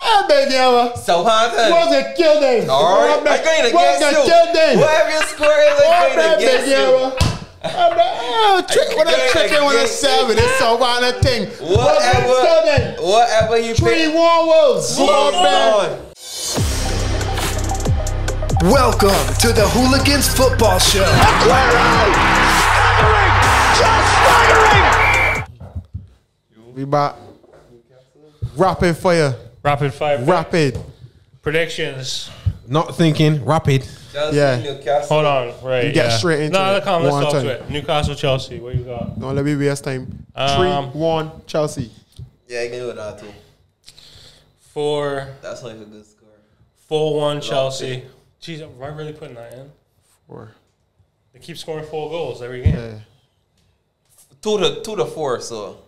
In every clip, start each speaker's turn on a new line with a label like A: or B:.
A: That baby ever
B: So Hunter,
A: was a kill day.
B: all right,
A: That
B: I'm
A: baby
B: against
A: was a
B: you.
A: kill day.
B: Whoever you square is
A: What
B: agreeing
A: that
B: against
A: baby
B: you.
A: ever. I'm like, oh, trick, when I trick in with a seven, it's so wild a thing. Was a kill
B: Whatever,
A: day.
B: whatever you
A: Three
B: pick.
A: one wolves.
B: Hold
A: man.
B: on.
C: Welcome to the Hooligans Football Show.
A: We back. Rapid fire.
D: Rapid fire.
A: Rapid.
D: predictions.
A: Not thinking. Rapid.
B: Chelsea,
A: Yeah.
B: Newcastle.
D: Hold on, right?
A: You get straight into
D: no,
A: it.
D: No, come. Let's
A: One
D: talk
A: time.
D: to it. Newcastle, Chelsea. What you got?
A: Don't let me waste time.
D: Um,
A: Three one Chelsea.
B: Yeah, you can do it that too.
D: Four,
B: That's like a good score.
D: four, one, Chelsea. Jeez, am I really putting that in?
A: Four.
D: They keep scoring four goals every game.
A: Yeah.
B: Two to two to four, so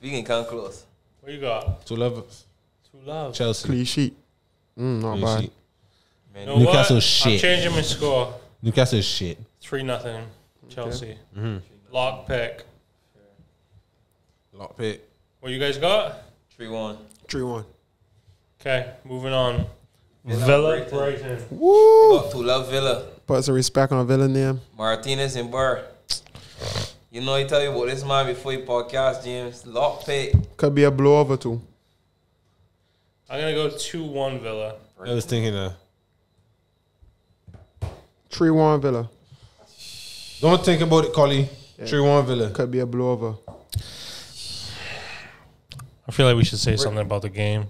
B: we can come close.
D: What you got?
E: Two levels.
D: Two love.
E: Chelsea.
A: Clean sheet. Mm, not
E: Clean
A: bad.
E: sheet.
D: You know what?
E: Newcastle
D: I'm
E: shit.
D: changing my score.
E: Newcastle is shit.
D: Three nothing. Chelsea.
E: Mm-hmm.
D: Lock pick.
E: Lock pick.
D: What you guys got?
B: Three one.
A: Three one.
D: Okay, moving on. Villa
B: Brighton.
D: Brighton.
A: Woo!
B: Up to love Villa.
A: Put some respect on Villa name.
B: Martinez and Burr. You know, he tell you about this man before he podcast, James. Lock pick.
A: Could be a blowover too.
D: I'm gonna go two one Villa.
E: I was thinking, uh,
A: Three one Villa.
E: don't think about it, Collie. 3 1 Villa.
A: Could be a blowover.
D: I feel like we should say something about the game.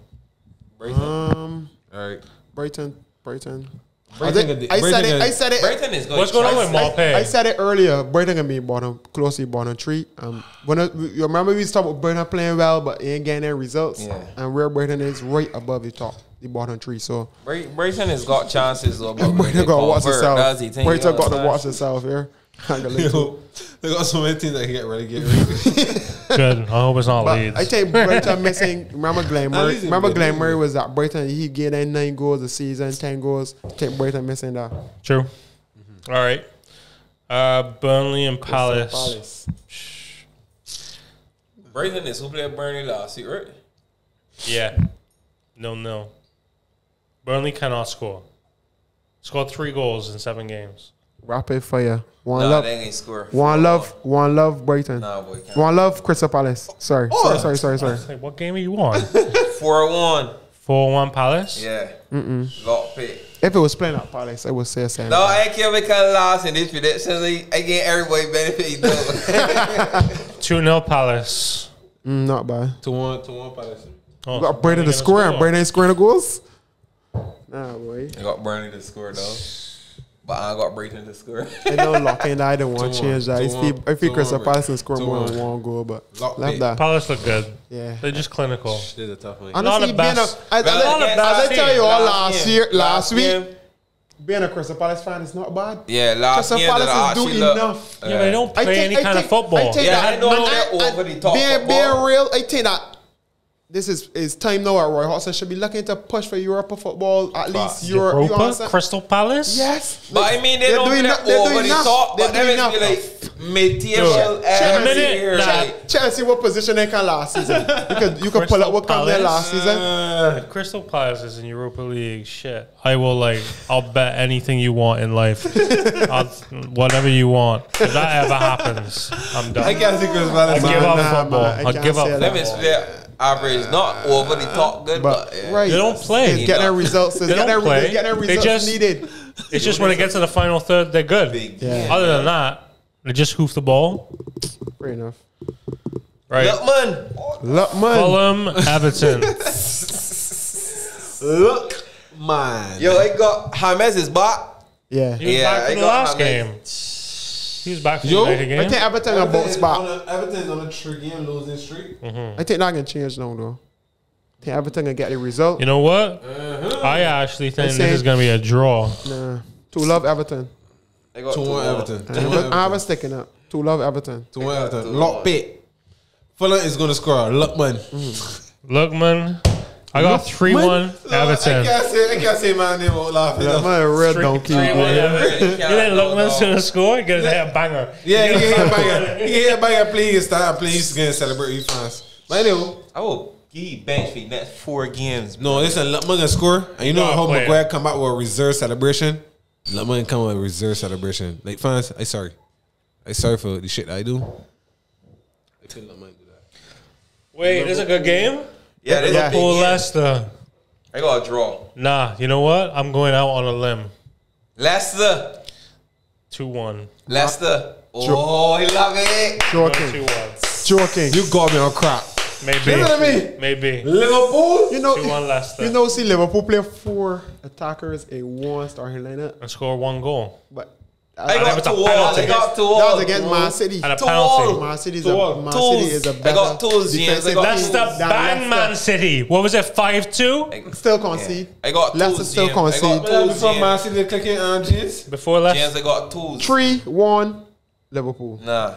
B: Brighton.
A: Um,
E: All right.
A: Brighton. Brighton. I,
E: Brighton
A: think-
E: could-
A: I said
E: Brighton
A: it.
E: could-
A: I said it.
B: Brighton is going
D: What's going on with
B: Chelsea.
D: Maupay?
A: I said it earlier. Brighton can be bottom, close to bottom three. Um, when I, you remember we talked about Brighton playing well, but ain't getting any results.
B: Yeah.
A: And where Brighton is right above the top, the bottom three. So
B: Bra- Brighton has got chances, though. But
A: Brighton
B: they
A: got to watch
B: convert,
A: itself.
B: does he? Think you
A: Brighton
B: know
A: got
B: what
A: to
B: I'm
A: watch
B: saying?
A: itself here. I can link to it.
E: Yo, they got so many teams that can get relegated.
D: Good. I hope it's not
A: But
D: Leeds.
A: I think Brighton missing. Remember Glenn
E: At
A: Murray.
E: least he
A: Remember
E: did,
A: Glenn
E: he
A: Murray was at Brighton. He gave them nine goals a season, ten goals. I think Brighton missing that.
D: True.
A: Mm-hmm.
D: All right. Uh, Burnley and Palace.
B: Brighton is who played Burnley last week, right?
D: Yeah. No, no. Burnley cannot score. Scored three goals in seven games.
A: Rapid fire. One
B: Nah, they
A: love.
B: ain't gonna score.
A: One love. One love. Brighton.
B: Nah, boy. can't.
A: One love. Crystal Palace. Sorry. Sorry. Sorry. Sorry. Sorry.
D: It's like, what game are you on?
B: Four one.
D: 4 1 Palace?
B: Yeah. Mm-mm. Lock pick.
A: If it was playing at Palace, I would say Sam.
B: No, I ain't care because last in this prediction. Like, I get everybody benefit. You know?
D: 2 0 Palace.
A: Mm, not bad.
E: to 1 to 1 Palace.
D: Oh,
A: We got Brighton to
D: gonna
A: score and Brighton ain't scoring the goals. Nah, boy.
B: I got Burnley to score though, but I got Brighton to score.
A: I know locking that. I didn't want
E: Two
A: to
E: one,
A: change that.
E: two
A: If he,
E: one,
A: if he
E: two
A: Crystal
E: one,
A: Palace and score
E: two
A: more than
E: one.
A: one goal, but
E: Lock
A: left
E: it.
A: that.
D: Palace look good.
A: Yeah.
D: They're just clinical.
E: This is a tough one.
A: Honestly,
D: Not the
A: being a, as,
D: best.
A: as,
B: Well,
D: Not the
A: as,
B: against-
D: best
A: I tell you all last year, last week,
B: game-
A: being a Crystal Palace fan is not bad.
B: yeah, last
A: Crystal
B: year,
A: Palace
B: that I
A: is doing
B: actually look-
A: enough.
D: Yeah, but they don't
A: I
D: play
A: think-
D: any
A: I
D: kind
A: think-
D: of football.
A: I think
B: Yeah,
A: that,
B: I know
A: man,
B: they're
A: I- I-
B: over the top
A: Being, being
B: football.
A: real, I think that this is it's time now. At Roy Hodgson should be looking to push for Europa football, at least Europe. you
D: Europa?
A: understand?
D: Crystal Palace?
A: Yes,
B: But I mean, they
A: They're
B: don't
A: doing
B: do
A: no-
B: that
A: they're
B: over
A: doing
B: the
A: enough.
B: top, but
A: They're
B: they
A: doing
B: must be like material
D: Dude,
B: ass
D: check a minute,
B: here.
D: nah.
B: Like,
A: Chelsea, what position they can last season? You could you could pull
D: Crystal
A: up what come there
D: Palace?
A: last season.
E: Uh,
D: Crystal Palace is in Europa League. Shit, I will like. I'll bet anything you want in life, I'll, whatever you want. If that ever happens, I'm done.
E: Ah, I
D: I,
E: guess it goes Palace.
D: give
A: Nah,
D: up
A: nah,
D: football.
A: man, I
D: I,
A: can't
D: give up.
A: say
B: them
D: Football.
A: that.
B: is their average, not over the top good, but,
A: But
B: yeah.
A: right,
D: They don't play.
A: It's getting their results. It's
D: They
A: getting
D: don't
A: their, it's
D: play.
A: getting their
D: They
A: results
D: just-
A: needed.
D: It's just when it gets to the final third, they're good.
B: Big.
A: Yeah.
D: Other than that, they just hoof the ball.
A: Fair enough.
D: Right.
B: Look, man.
A: Luckman.
D: Fulham, Everton.
E: Look, man.
B: Yo, I got James is back.
A: Yeah.
D: He was
B: Yeah,
D: back
B: I
D: from the
B: got
D: last
B: my
D: game. He was back from the
E: Yo,
D: United
A: I
D: game.
A: think Everton a bounce back.
E: Everything's on a three game losing streak.
A: I think that can change now though. I think Everton can get the result.
D: you know what? I actually think
A: say-
D: this is going to be a draw.
A: Nah. To love Everton.
B: I got
E: Two
B: two
E: one
B: more.
E: Everton. Two
A: I
E: one
A: was, I
E: Everton.
A: was sticking up. To love Everton.
E: Two one Everton.
B: Two one.
E: Lock pick. Fuller is gonna score. Look, man.
A: Mm.
D: Lookman. I got 3 1
E: I
D: Everton.
E: can't say. I can't say my name out loud.
A: I'm a real donkey.
B: Three, one,
A: man.
B: Everton.
D: You think Lookman's
B: No,
D: going
B: no.
D: to score? He's going to hit a banger.
E: Yeah, you can hear banger. You can hear banger. Please start playing. He's gonna celebrate you fans. But anyway,
B: I will He benched for the next four games.
E: No, it's a Lutman gonna score. And you know
D: No,
E: how
D: player.
E: McGuire come out with a reserve celebration? Lutman come out with a reserve celebration. Like, fans, I sorry. I sorry for the shit I do. I couldn't let mine do that.
D: Wait, this is a good game?
B: Yeah, this
A: Yeah.
B: is a big
D: Liverpool
B: game.
D: Leicester.
B: I got a draw.
D: Nah, you know what? I'm going out on a limb.
B: Leicester.
D: 2 1.
B: Leicester. Oh, I love it.
A: Joking.
D: 2 1.
A: Joking.
E: You got me on crap.
D: Maybe.
A: Give it to
D: Maybe.
E: Liverpool?
A: You know,
D: 2-1 Leicester.
A: you know, see Liverpool play four attackers, a one starting lineup,
D: And score one goal.
A: but
B: I
D: that
B: got
D: was a
B: two walls.
D: penalty.
B: I got two
A: that
B: walls.
A: was against Man City.
D: And a
B: Two
D: penalty.
B: all.
A: Man City is
D: Tools.
A: a Man City is a
B: Tools. I
A: better
B: got tools, James. I
A: defensive
B: got
A: team
B: tools.
D: Leicester
A: than
D: bang Man
A: Leicester.
D: City. What was it? 5 2?
A: Still concede.
B: I got two.
A: Leicester still
B: James. I got
A: concede.
B: two, James.
E: City clicking on jeans.
D: Before
B: James,
D: Leicester.
B: I got two.
A: Three one, Liverpool.
B: Nah.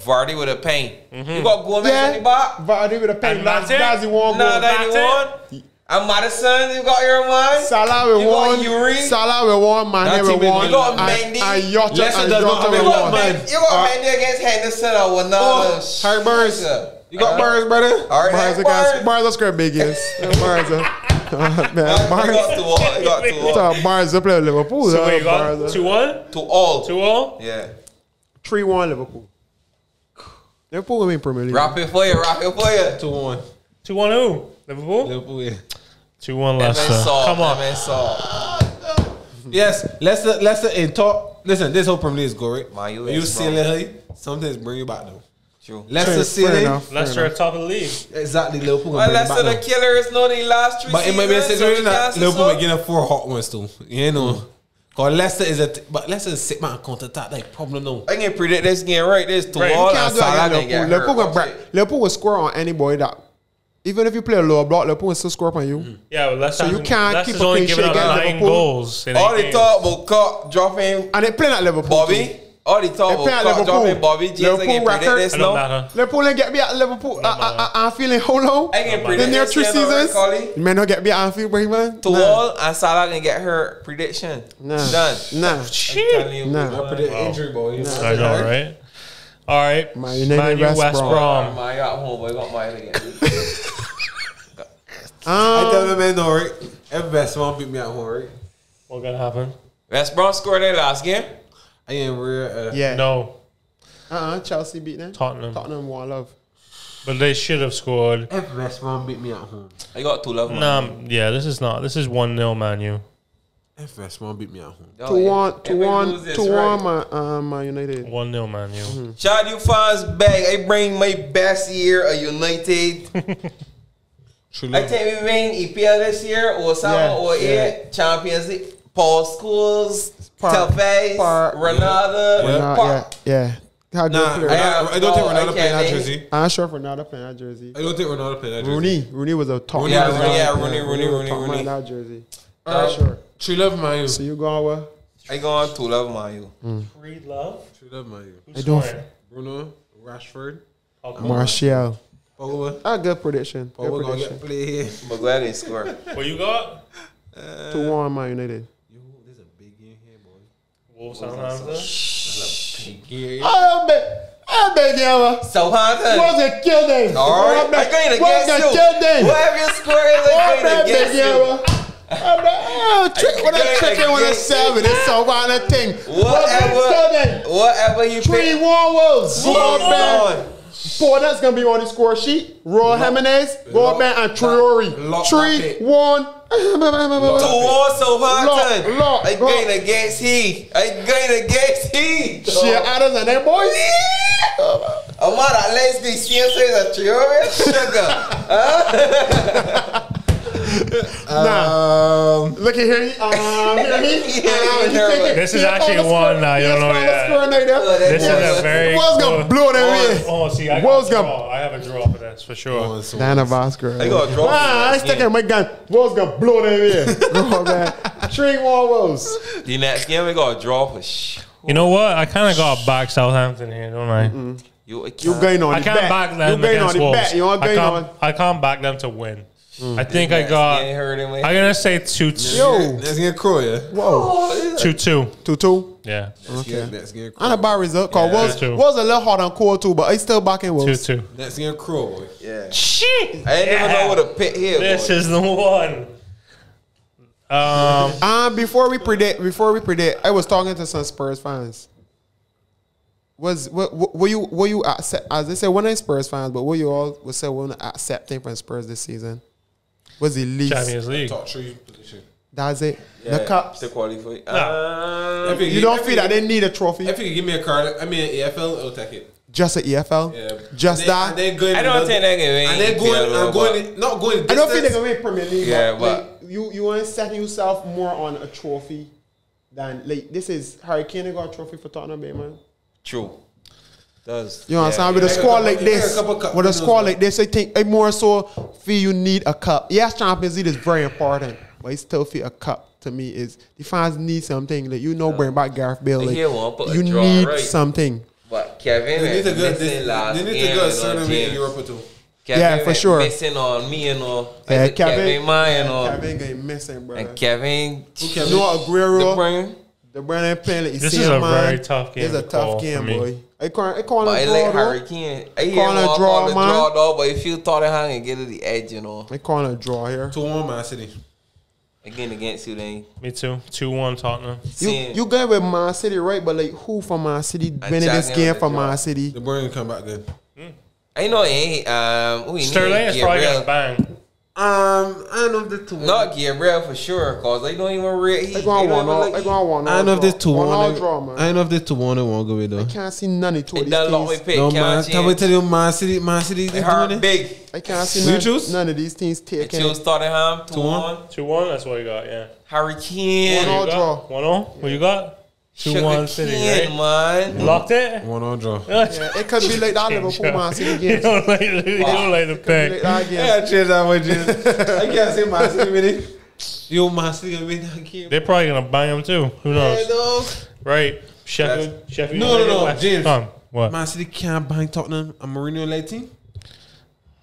B: Vardy with a pain.
D: Mm-hmm.
B: You got Gomez in the back.
A: Vardy with a pen.
D: And
A: That's,
D: Mate?
A: that's the one
B: Nah,
A: goal.
B: that
D: That's
B: ain't one. And Madison, you got your mind.
A: Salah with
B: You got
A: one.
B: Yuri.
A: Salah with one. Mane
E: That
A: with
E: team is-
A: one.
B: You got
A: and-
B: Mendy.
A: And Yota
E: Leicester
A: and
E: does not
A: Jota
E: have a
A: with
E: lot of
A: one.
E: money.
B: Man, you got Mendy against Henderson or Wijnaldum.
A: Harry Burns.
E: You got Burns, brother?
B: All
A: Barnes
B: right, Harry
A: against
B: Burns.
A: Barnes. Let's grab big yes. Barnes. uh, Man,
B: I got
A: Barnes.
B: two all. I got two all.
A: So Barnes to play with Liverpool.
D: So
A: uh,
D: wait, you got
A: Barnes, uh,
D: 2 1?
B: To all.
D: 2 0?
B: Yeah.
A: Three one Liverpool. Liverpool will win Premier League.
B: Rapid fire, rapid fire.
E: 2 1.
D: 2 1 who? Liverpool?
E: Liverpool, yeah.
D: 2 1
B: That
D: Leicester.
B: man saw.
D: Come on.
B: That man saw.
E: Yes, Leicester, Leicester in top. Listen, this whole Premier League is good, right?
B: Man, you
E: you
B: is
E: ceiling, hey, sometimes bring you back though.
B: True.
E: Leicester
A: Fair- fair
E: ceiling,
A: enough, fair
D: Leicester are
A: enough.
D: top of the league.
E: exactly Liverpool.
B: Well,
E: gonna bring you
B: Leicester the
E: back though.
B: killers know the last three
E: But it might be a
B: seasons,
E: situation
B: so Mm. we
E: that
B: can't
E: Liverpool
B: say
E: may get a four hot ones too. You know, because Leicester is a t- but Leicester is sit man counter attack like problem no.
B: so. I can predict this game right. This two
D: Right.
B: all
A: You
B: and
A: can't do it
B: Salah
A: against Liverpool.
B: didn't get
A: Liverpool will
B: hurt.
A: break. Liverpool will score on anybody that, even if you play a lower block, Liverpool will still score up on you.
B: Mm.
D: Yeah, well, Leicester.
A: you
D: hasn't-
A: can't
D: Leicester's
A: keep a
D: only
A: clean
D: given
A: sheet
D: up
A: against
D: nine
A: Liverpool.
D: goals. In
B: All
D: eight
B: they
D: games.
B: talk about Klopp dropping
A: And they playing at Liverpool. too.
B: Bobby. All they
A: They
B: talk
A: playing at
B: about Klopp
A: Liverpool.
B: dropping Bobby. James, I can
A: Liverpool
B: predict
A: record.
B: this
D: It don't
B: now.
D: matter.
A: Liverpool ain't get me at Liverpool. I, I, I, I'm feeling how long?
B: I can
A: The
B: predict
A: near
B: this
A: three
B: game already,
A: seasons,
B: Collie.
A: you may not get me at Anfield, but man.
B: To all and Salah can get hurt. Prediction.
A: Nah.
B: Done.
A: Nah.
D: Shit.
A: Nah.
E: Predict injury, boy. You know?
D: I know, right? All right.
A: Man United, West Brom.
B: Um, I got home, but I got mine again.
E: I
A: Um,
E: tell the man, no, right? Every best one beat me at home, right?
D: What gonna happen?
B: West Brom scored their last game.
E: I ain't real. Uh,
A: yeah.
D: No,
A: Uh-uh, Chelsea beat them.
D: Tottenham.
A: Tottenham one love.
D: but they should have scored.
E: Every best one beat me at home.
B: I got two love. man.
D: Nah, yeah, this is not. This is one 0 Manu.
E: Every best one beat me at home.
B: Oh,
A: Two
B: yeah.
A: one, two
B: If we
A: one,
B: lose this,
A: two
B: right?
A: one. My, uh, my United.
D: One 0 Manu.
B: Shout you fans back. I bring my best year of United.
E: True
B: I
E: love.
B: think we win EPL this year or
A: Yeah,
B: something or yeah. Champions League. Paul Schools,
A: Par-
B: Tevez,
A: par-
B: Ronaldo,
A: Nah,
B: Par-
A: yeah, yeah. How
E: Nah,
A: good player.
E: I, Oh, I, I don't think
B: No, I
E: Ronaldo playing that
B: can't, eh?
E: jersey.
A: I'm sure Ronaldo playing that jersey.
E: I don't think Ronaldo playing that jersey.
A: Rooney, Rooney was a top.
E: Rooney Yeah, was a-
A: man.
B: yeah, Rooney, Rooney,
A: was a
B: Rooney,
A: top man
B: Rooney.
A: in That jersey.
E: Uh,
A: Yeah, sure.
E: True love, man.
A: So you going with?
B: I go on to love Mayu.
D: Free love.
E: True love, man.
A: I don't-
E: Bruno, Rashford,
A: Martial.
E: Pogba.
A: A good prediction.
E: Pogba
A: Good
E: gonna get
A: prediction.
E: play here.
B: But glad they score.
D: What you got?
A: Two one, Man United.
E: Yo, this is a big game here, boy.
D: Wolves Southampton.
E: Big game.
A: I bet. I bet yeah.
B: Southampton.
A: What's a kill day?
B: Alright, I going
A: What's
B: against
A: a
B: you.
A: kill day?
B: Whatever your score is, I'm going against you.
A: I'm oh, trick with a chicken with a seven. It's a wild thing.
B: Whatever, whatever you
A: Three
B: pick.
A: one wolves.
B: Move
A: Broadband.
B: on.
A: Boy, that's gonna be on the score sheet. Roy Jimenez, Broadband, and Triori.
E: Lock that
A: Three
E: pick.
A: one.
B: To also
A: Look,
B: Southampton.
A: look,
B: I
A: look.
B: going against he. I going against he.
A: Shea Adams and them boys.
B: I'm out at least the CSA is a triori sugar.
A: Nah,
E: Um,
A: look at here. Um, here he,
B: Yeah,
A: um, he
B: yeah,
A: take it.
D: This is
A: He
D: actually
A: found the
D: one
A: score.
D: now, you
A: He
D: don't know
A: found the
D: yet.
A: score right there.
D: This is a very.
A: Wolves gonna
D: good-
A: blow that in.
D: Oh, see, I
A: Wolves
D: got a
A: gonna-
D: draw. I have a draw for this for
E: Come
D: sure.
E: on, so-
A: Dana Vasquez.
B: I got a draw.
A: Ah, I
B: Yeah.
A: stick in my gun. Wolves gonna blow them in. Go on, man. Three more wolves.
B: The next game we got a draw for sh.
D: You know what? I kind of got back Southampton here, don't I?
B: You,
A: You going on
D: I
A: the
D: can't
A: back.
D: back them
A: you going on
D: against
A: the
D: Wolves.
A: back. You not
D: I
A: going
D: can't.
A: on. Mm.
D: I can't back them to win. I think I got.
B: You ain't heard him.
D: I'm
B: eh?
D: gonna say two two
A: Yo,
E: That's getting cool, yeah.
A: whoa,
D: two two.
A: two two.
D: Yeah,
E: Okay. That's getting cool.
A: And a bad result. Cause
D: Yeah.
A: was
D: Two.
A: was a little hot and cold too, but I still backing
D: two
A: Wolves.
D: two.
E: That's getting cool, boy.
B: Yeah.
D: Shit.
B: I ain't never know what a pit here
D: This
B: boy.
D: is the one. Um,
A: Um, before we predict, before we predict, I was talking to some Spurs fans. Was were, were you were you accept, as they say one of Spurs fans, but were you all was say one accepting from Spurs this season? Was the least
D: Champions League.
E: Top three position.
A: that's it.
B: yeah,
A: the cups.
B: To qualify.
E: If
B: Um,
A: You don't feel that they need a trophy.
E: If you could give me a card, I mean, EFL, I'll take it.
A: Just an EFL.
E: Yeah.
A: Just that.
E: And they going
B: I don't think they can win
E: And they going,
B: EPL,
E: and going, not going.
A: I don't think they're
E: distance.
A: gonna win Premier League.
B: Yeah,
A: like, you you ain't setting yourself more on a trophy than like this is Hurricane got a trophy for Tottenham, babe, man.
B: true. Does
A: You know what I'm saying? With a
E: yeah.
A: squad
E: Yeah,
A: like
E: yeah,
A: this,
E: a couple cup
A: with a
E: winners,
A: squad
E: man.
A: like this, I think I more so feel you need a cup. Yes, Champions League is very important, but I still feel a cup to me is the fans need something. Like you know, bring back Gareth Bale.
B: They
A: Like,
B: hear one, put a
A: you
B: draw,
A: need
B: right?
A: something.
B: But Kevin
E: They need
B: is
E: to go.
B: missing
E: They,
B: last
E: they need
B: game,
E: to go a
B: you know,
E: certain way in
B: James.
E: Europe too.
B: Kevin
A: Yeah, for
B: is
A: sure.
B: Missing on me, you know.
A: Yeah,
B: Kevin, Kevin mine, you know.
A: Kevin ain't missing, bro.
B: And Kevin,
A: You know Aguero,
B: Kevin.
A: the brand ain't playing. Like,
D: This
A: same
D: is a
A: man.
D: very tough game
A: It's a
D: to
A: tough
D: call for
A: game,
D: me.
A: boy. I can't. I can't
B: But I like
A: draw. though.
B: Hurricane. I hear
A: Call
B: him
A: a
B: all
A: draw,
B: call the
A: man.
B: draw, though, but if you thought it hang and get to the edge, you know.
A: I can't draw here.
E: Two one Man City.
B: Again against you, then.
D: Me too. Two one Tottenham.
A: You
B: Seeing-
A: you going with Man City, right? But like who from Man City
B: I
A: winning this
B: jacking
A: game
B: with
A: for
B: the
A: Man
B: draw.
A: City?
E: De Bruyne come back then.
B: I know he ain't. Um, who he
D: Sterling
B: need?
D: is probably
B: Gabriel.
D: gonna bang.
E: Um, I don't know if this two.
B: Not Gabriel for sure, cause they don't even read. He,
A: They going
B: they
A: one
B: don't
A: all.
B: even
A: They
B: look-
A: going one all.
E: I don't know if this two
A: draw.
E: one.
A: all draw, man.
E: I don't know if this two one. It won't go away though.
A: can't see none of two of
B: It
A: these
B: done lock
A: teams.
B: with pick.
E: no man,
B: can't
E: can we
B: change.
E: tell you Man City? Man City
B: They
E: is doing
B: hurt
E: it.
B: big.
A: I can't see
E: Who
A: none,
E: choose?
A: none of these teams
B: They
A: taking
B: chose
A: it.
B: Tottenham two
E: one?
B: one.
D: Two one. That's what you got. Yeah.
A: One
B: Hurricane.
A: all.
D: You got
A: draw.
D: One all. What you got? Two one City.
B: Hurricane,
D: Right?
B: man.
D: Locked it.
E: One on draw.
A: Yeah, it could be like that Liverpool Man City
D: You
A: game.
D: don't like, you don't like the
A: Like
D: pick.
A: that game.
E: cheers that way, James. I can't say Man City winning. Yo, Man City gonna win that game.
D: They're probably gonna bang him too. Who knows?
E: No,
D: Right? Sheffield. Sheffield.
E: no,
D: United,
E: no,
D: West
E: James.
D: Ham. What?
E: Man City can't bang Tottenham and Mourinho led team.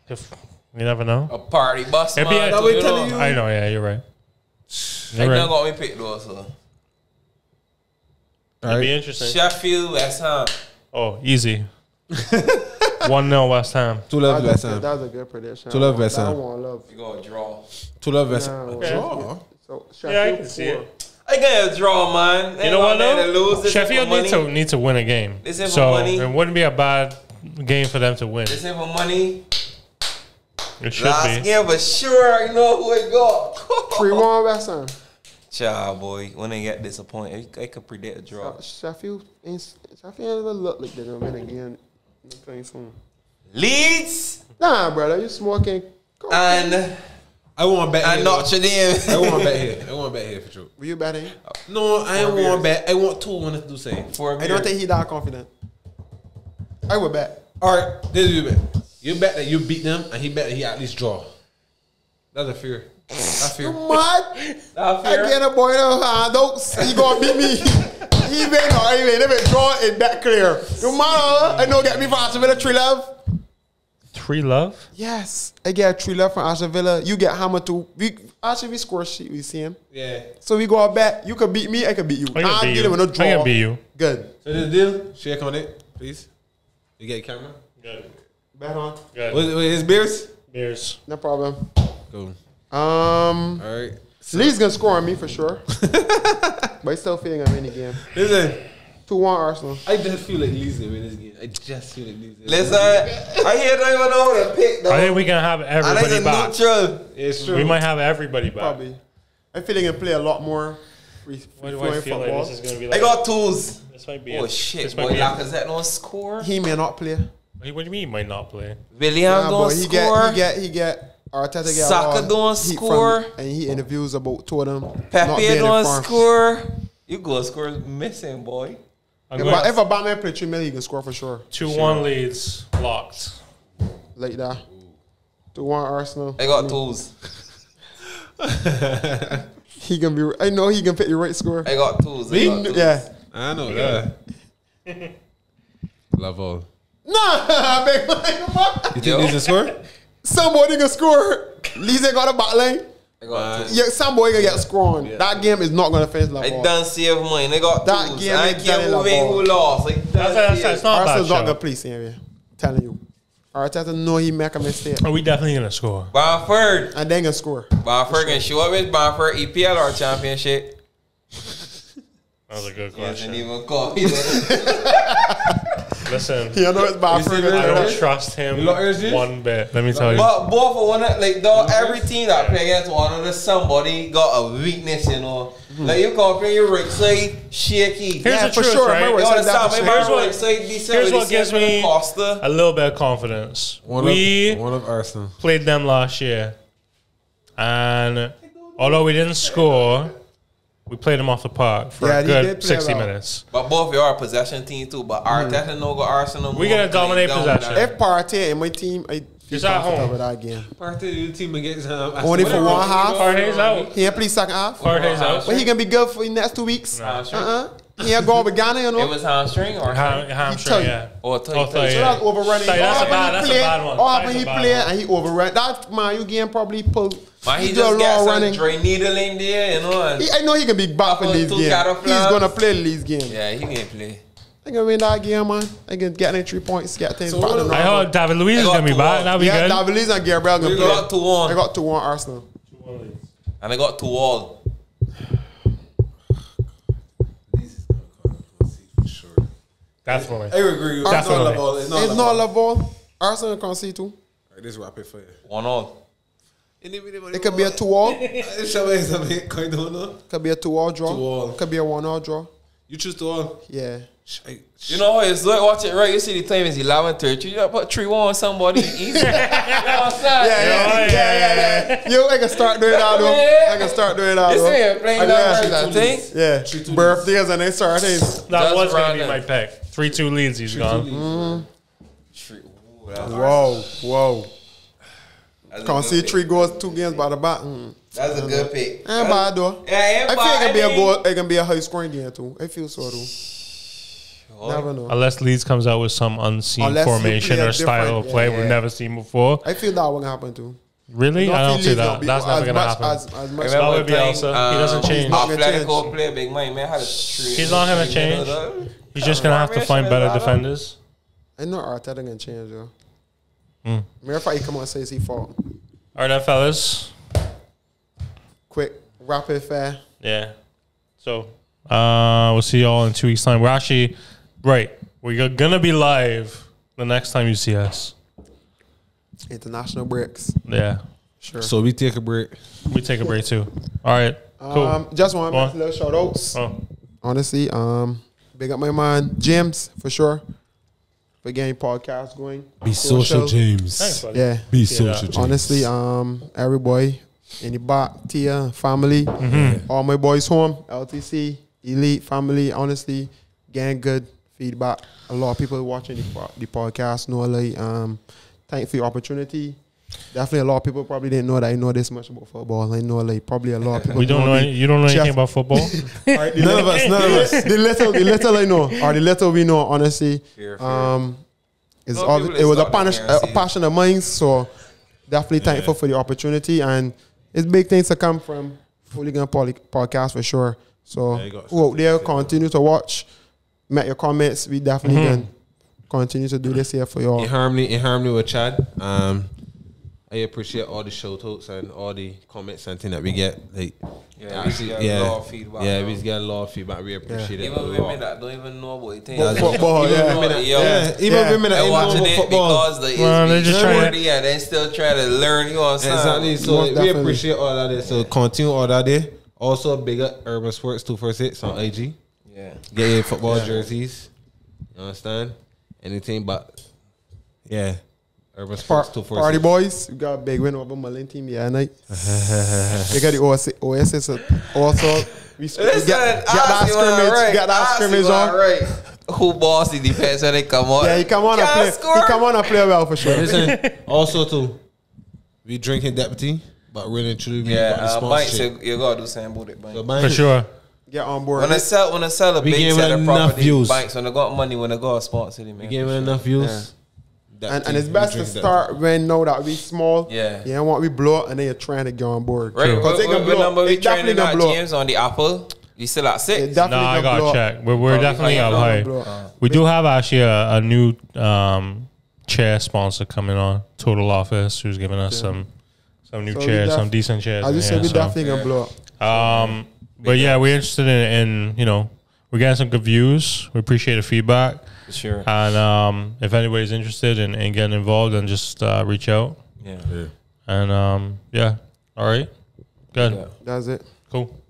D: If, you never know.
B: A party bus,
D: If
B: man.
D: he had-
B: so
D: I would
B: you
E: tell
B: know.
E: you-
D: I know. Yeah, you're right.
B: They
D: You're
B: done
D: right.
B: got me picked though, so.
D: It'd be interesting.
B: Sheffield, West Ham.
D: Oh, easy. One 0 West Ham.
E: Two love
A: That's
E: West
A: a good-
E: Ham.
A: that's a good prediction.
E: To love
A: I want-
E: West
A: I
E: Ham.
A: want love.
B: You got a draw.
E: Two love West
A: Nah,
E: Ham.
A: well,
E: Draw.
A: So
D: Yeah, I
A: Sheffield
D: can see
A: four.
D: it.
B: I got a draw, man. They
D: You know what
B: ain't got nothing to
D: though?
B: lose. This ain't for
D: Sheffield
B: money.
D: need to need to win a game.
B: This ain't for
D: so
B: money.
D: it wouldn't be a bad game for them to win.
B: This ain't for money.
D: It should
B: Last
D: be.
B: game for sure. You know who I got.
A: Three one West Ham.
B: Child boy, when they get disappointed, I could predict a draw.
A: Uh, Sheffield, ain't- Sheffield never look like they're gonna win again. Anytime soon.
B: Leeds
A: Nah, brother, you smoking. Come on.
B: and
E: I want to bet.
B: and
E: here, though.
B: Notre Dame.
E: I want to bet here. I want to bet here for sure.
A: Were you betting?
E: No, I ain't
A: beers.
E: want bet. I want two winners to do same.
B: For
A: I don't think he that confident. I would bet.
E: All right, this is you bet. You bet that you beat them, and he bet that he at least draw. That's a fear. That's
A: You
E: fear.
A: mad?
B: I
A: I get a boy no hand out. He gonna beat me. even or even if it draw it that clear. You mad? huh? I know get me from Aston Villa three love.
D: Three love.
A: Yes, I get a three love from Aston Villa. You get hammer two. We actually we score sheet. We see him.
E: Yeah.
A: So we go a bet. You can beat me. I can beat you.
D: I can beat
A: dealing
D: you.
A: with no
D: I can
A: draw.
D: beat you.
A: Good.
E: So this deal, shake on it, please. You get a camera.
D: Good.
A: Bet on.
E: What,
D: Good.
E: what is beers?
D: Bears.
A: No problem.
E: Go.
A: Um,
E: All right.
A: Lee's gonna score on me for sure. but he's still feeling I'm in the game.
E: Listen,
A: Two one Arsenal.
E: I just feel like Leeds gonna win this game. I just feel like Leeds. gonna win.
B: Listen, I hear don't even know the pick though.
D: I think we can have
B: I like
D: everybody
B: the
D: back.
B: neutral.
E: It's true.
D: We might have everybody back.
A: Probably. I feel they can play a lot more free, free
D: What do I
A: flowing
D: feel
A: football.
D: like this is gonna be
B: I
D: like?
B: got tools.
D: This might be.
B: Oh
D: it.
B: shit,
D: This
B: boy!
D: might be. it.
B: Lacazette don't score.
A: he may not play.
D: Hey, What do you mean? Might not play.
B: William
A: Nah,
B: don't
A: but he
B: score.
A: get he get he get Arteta get a
B: Saka
A: lot of
B: don't
A: heat from-
B: score.
A: and he interviews about two of them. not being
B: Pepe
A: in
B: don't
A: form.
B: score. You go score is missing, boy.
D: I'm
A: If,
D: going
A: if a Batman play three million, he can score for sure.
D: two one leads locked.
A: Like that. Two one Arsenal.
B: I got tools.
A: He can be. I know he can pick the right score.
B: I got tools. I
A: He
B: got
A: kn-
B: tools.
A: yeah.
E: I know that. Love all.
A: Nah, big man.
E: You think
B: Yo.
E: Leeds will score?
A: Somebody can score. Lisa got a back line.
B: I got two.
A: Yeah, somebody can get scored. That game is not going to finish like
B: I
A: that.
B: done save mine. I got
A: That
B: two.
A: game
B: I
A: is
B: can't
A: done in
B: move
A: the
B: in who
A: ball.
B: lost. Like,
D: That's, that's, that's not a bad
A: Arsenal's not going to
D: shot.
A: play Serie. Telling you. Arteta know he make a mistake.
D: Are we definitely gonna score?
B: Bamford.
A: And then can score.
B: Bamford can show up with Bamford EPL or championship.
D: That was a good
B: Doesn't
D: question.
B: even copy that.
D: Listen,
A: You know it's bad
E: You
A: for
E: see
A: you.
E: that?
D: I
E: Yeah.
D: don't trust him
E: lot of this?
D: one bit. Let me tell you.
B: But both of one like dog, every team that play against one another, somebody got a weakness, you know. Like you complain your right side shaky.
D: Here's
A: Hmm. Yeah,
D: the
A: for
D: truth,
A: sure.
D: right?
A: My
B: You
A: words
B: know
A: said
B: the
A: that
B: sound,
A: for
B: my
A: sure.
D: Here's what-
B: right side decent.
D: Here's
B: with
D: what
B: the
D: gives
B: same
D: me
B: Costa.
D: a little bit of confidence.
E: One
D: we
E: of, one of Arsenal.
D: played them last year, and although we didn't score, we played them off the park for
A: Yeah,
D: a
A: they did
D: good
A: play
D: sixty
A: well.
D: minutes.
B: But both of you are a possession team too. But Arteta no go Arsenal.
D: We gonna
B: more
D: dominate
B: down
D: possession.
B: there.
A: Hmm. If Partey and my team, I feel
D: It's at
A: comfortable
D: home.
A: with that game.
E: Part of the team against
A: Only for one half.
D: Partey's out.
A: He ain't play second half.
D: Partey's out.
A: But he can be good for the next two weeks.
B: Hamstring.
A: Uh-uh. He ain't going with Ghana, you know.
B: It was hamstring or
D: Ham, hamstring,
A: He tell
D: yeah.
A: you.
B: Oh, I tell you,
D: Oh,
B: tell you.
A: So that's overrunning.
D: Say, that's a bad- that's a bad one.
A: All
D: That's
A: happen
D: a
A: he
D: bad
A: play
D: one.
A: and he overrun. That man, you game probably pull.
B: Man, he
A: do
B: just got some dry needle in there, you know. And
A: He, I know he can be back for
B: Couple
A: this
B: two
A: game.
B: cattle
A: He's
B: flaps.
A: gonna play this game.
B: yeah, he can play.
A: I can win that game, man. I can get in three points, get things
E: So
A: back
E: what
A: to
E: are-
D: I
A: normal.
D: hope David Luiz
B: They
D: is
B: got
D: gonna be
B: two
D: back.
B: out.
D: That'll be
A: Yeah,
D: good.
A: Davilis and Gabriel gonna
B: We
A: play.
B: got two one.
A: I got two one Arsenal.
B: And I got two all.
D: Definitely.
E: I agree. with you. It's not
D: Definitely.
E: love all. It's not
A: It's
E: love
A: not
E: all.
A: love ball. Arsenal can see too.
E: Alright, This rapid fire.
B: One all.
A: It could be a two all.
E: It's somebody- somebody kind of know.
A: Could be a two all draw.
E: Two all.
A: Could be a one all draw.
E: You choose to all.
A: Yeah.
E: Sh- I- sh-
B: You know how it's like, watch it right. You see the time is 11 30. You just put 3 1 on somebody. Easy. you know what I'm saying?
A: Yeah, yeah, yeah, yeah, yeah. Yo, I can start doing that though. I can start doing that
B: This
A: though.
B: ain't playing
A: I
B: no
A: can-
B: words, I think.
A: Yeah,
E: two
A: birthdays and they start days.
D: That
B: That's
D: was gonna be
B: Brandon.
D: my pick. Three two leads. He's gone.
B: Three- ooh, that's-
A: Whoa, whoa!
B: that's a
A: Can't
B: good
A: see
B: pick.
A: three goals, two games by the back. Mm.
B: That's a good pick.
A: Ain't bad though.
B: Yeah, ain't
A: I
B: bad.
A: feel it can be
B: I
A: a
B: mean-
A: goal. It can be a high scoring game too. I feel so too. Never know.
D: Unless Leeds comes out with some unseen
A: Unless you
D: formation
A: play a
D: or style of
A: different-
D: play
B: yeah.
D: we've never seen before.
A: I feel that one can happen too.
D: Really? I don't
A: feel
D: see
A: Leeds
D: that.
A: gonna be-
D: That's never
A: as
D: going to
A: much-
D: happen.
A: As, as much
D: Remember- would be also- he doesn't
B: um,
D: change.
A: Not gonna
B: Atletico
A: change.
B: player, big man, man had a three.
D: He's not gonna change. He's just going to have to find better defenders.
A: I know Arteta can change though.
D: Hmm.
A: Matter of fact, he come on and says he fought.
D: All right, then, fellas.
A: Quick, rapid fire.
D: Yeah. So uh, we'll see y'all in two weeks' time. We're actually, right, we're going to be live the next time you see us.
A: International breaks.
D: Yeah.
A: Sure.
E: So we take a break.
D: We take a break too. All right. Cool.
A: Um, just want to
D: Go
A: make
D: on.
A: little shout outs.
D: oh,
A: honestly, um, big up my man James for sure for getting podcast going.
E: Be social, James.
D: thanks, buddy.
A: Yeah,
E: Be social, James.
A: honestly, um, every boy in the back, Tia family,
D: Mm-hmm.
A: all my boys home, LTC elite family. Honestly, getting good feedback. A lot of people watching the, po- the podcast. Know like um, thank for your opportunity. Definitely, a lot of people probably didn't know that I know this much about football. I know like probably a lot of people.
D: We don't know
A: me.
D: any, you don't know anything
A: Just-
D: about football.
E: None of us. None of us.
A: the little, the little I know, or the little we know, honestly,
B: Fair, fair.
A: um, is
B: Lot of
A: obvi-
B: people
A: it
B: is
A: was a,
B: starting
A: punish,
B: here, I
A: a
B: see.
A: passion of mine. So definitely thankful for the opportunity, and it's big things to come from Fully Gun Poly- Podcast for sure. So
E: Yeah, you got
A: who out
E: something
A: there
E: to say.
A: continue to watch, make your comments. We definitely can continue to do this here for y'all.
E: in harmony in harmony with Chad. Um, I appreciate all the shout outs and all the comments and things that we get. Like,
B: Yeah, we get a lot of feedback,
E: Yeah,
B: though.
E: we get a lot of feedback. We appreciate it. a
B: Even
E: lot.
B: women that don't even know about things.
A: But football,
E: Even
A: yeah.
E: women that-
B: Yo,
E: yeah, even
A: yeah.
E: women that
B: They're
E: ain't
B: watching
E: know
B: it
E: about football.
B: because they is
D: Well, they're just trying to-
B: dirty and they still trying to learn. um, You know what I'm
E: Exactly.
B: saying?
E: So
A: Most
E: like, we
A: definitely.
E: appreciate all that. There. So continue all that. There. Also, big up Urban Sports Two Four Six on IG.
B: Yeah.
E: Get your football jerseys. You understand? Anything but yeah. Urban
A: Par-
E: Sports Two Four Six.
A: party boys, we got a big win over Malin team yeah night. they got the OS, OSS also. We, sc- we
B: Listen,
A: got, got
B: I
A: that
B: see one
A: scrimmage,
B: right.
A: got that
B: I see
A: scrimmage
B: one
A: on.
B: Right. Who boss it depends when they come on.
A: Yeah, he come on and
B: Can't
A: play.
B: score.
A: He come on and play well for sure.
E: Listen, also too, we drinking deputy, but really and truly we
B: Yeah,
E: got the
B: uh, Mike,
E: sponsorship.
B: you, you gotta do something about it, Mike.
E: So, man,
D: For sure.
A: Get on board.
B: When I sell, when I sell a
E: We
B: big
E: gave
B: set of
E: enough
B: property,
E: views.
B: banks, when I got money, when I got a sponsor, it, man.
E: We gave him enough views. That
A: and,
E: thing,
A: and it's
E: we
A: best to
E: drink that
A: start when now that we small.
B: Yeah.
A: You don't want we blow up and then you're trying to get on board.
B: Right,
A: Because
B: what,
A: they
B: what,
A: can
B: what
A: blow.
B: number
A: up.
B: we
A: They definitely
B: training
A: gonna
B: at,
A: blow. up.
B: James, on the Apple? You still at
A: They
B: six?
A: definitely
D: No, I
A: gonna blow
D: gotta
A: up.
D: check. We're, we're
B: Probably
D: definitely
B: gonna
D: up
B: blow
D: high.
A: blow up.
D: We do have actually a, a new um, chair sponsor coming on, Total Office, who's giving us some some new
A: So we
D: chairs, some
A: def-
D: decent chairs.
A: As you
D: in
A: said,
D: here,
A: we
D: so.
A: definitely gonna blow up.
D: Um, but yeah, we're interested in, in you know we're getting some good views. We appreciate the feedback,
B: Sure.
D: and um, if anybody's interested in, in getting involved, then just uh, reach out.
B: Yeah.
D: And um, yeah, all right, good,
A: That's it.
D: cool.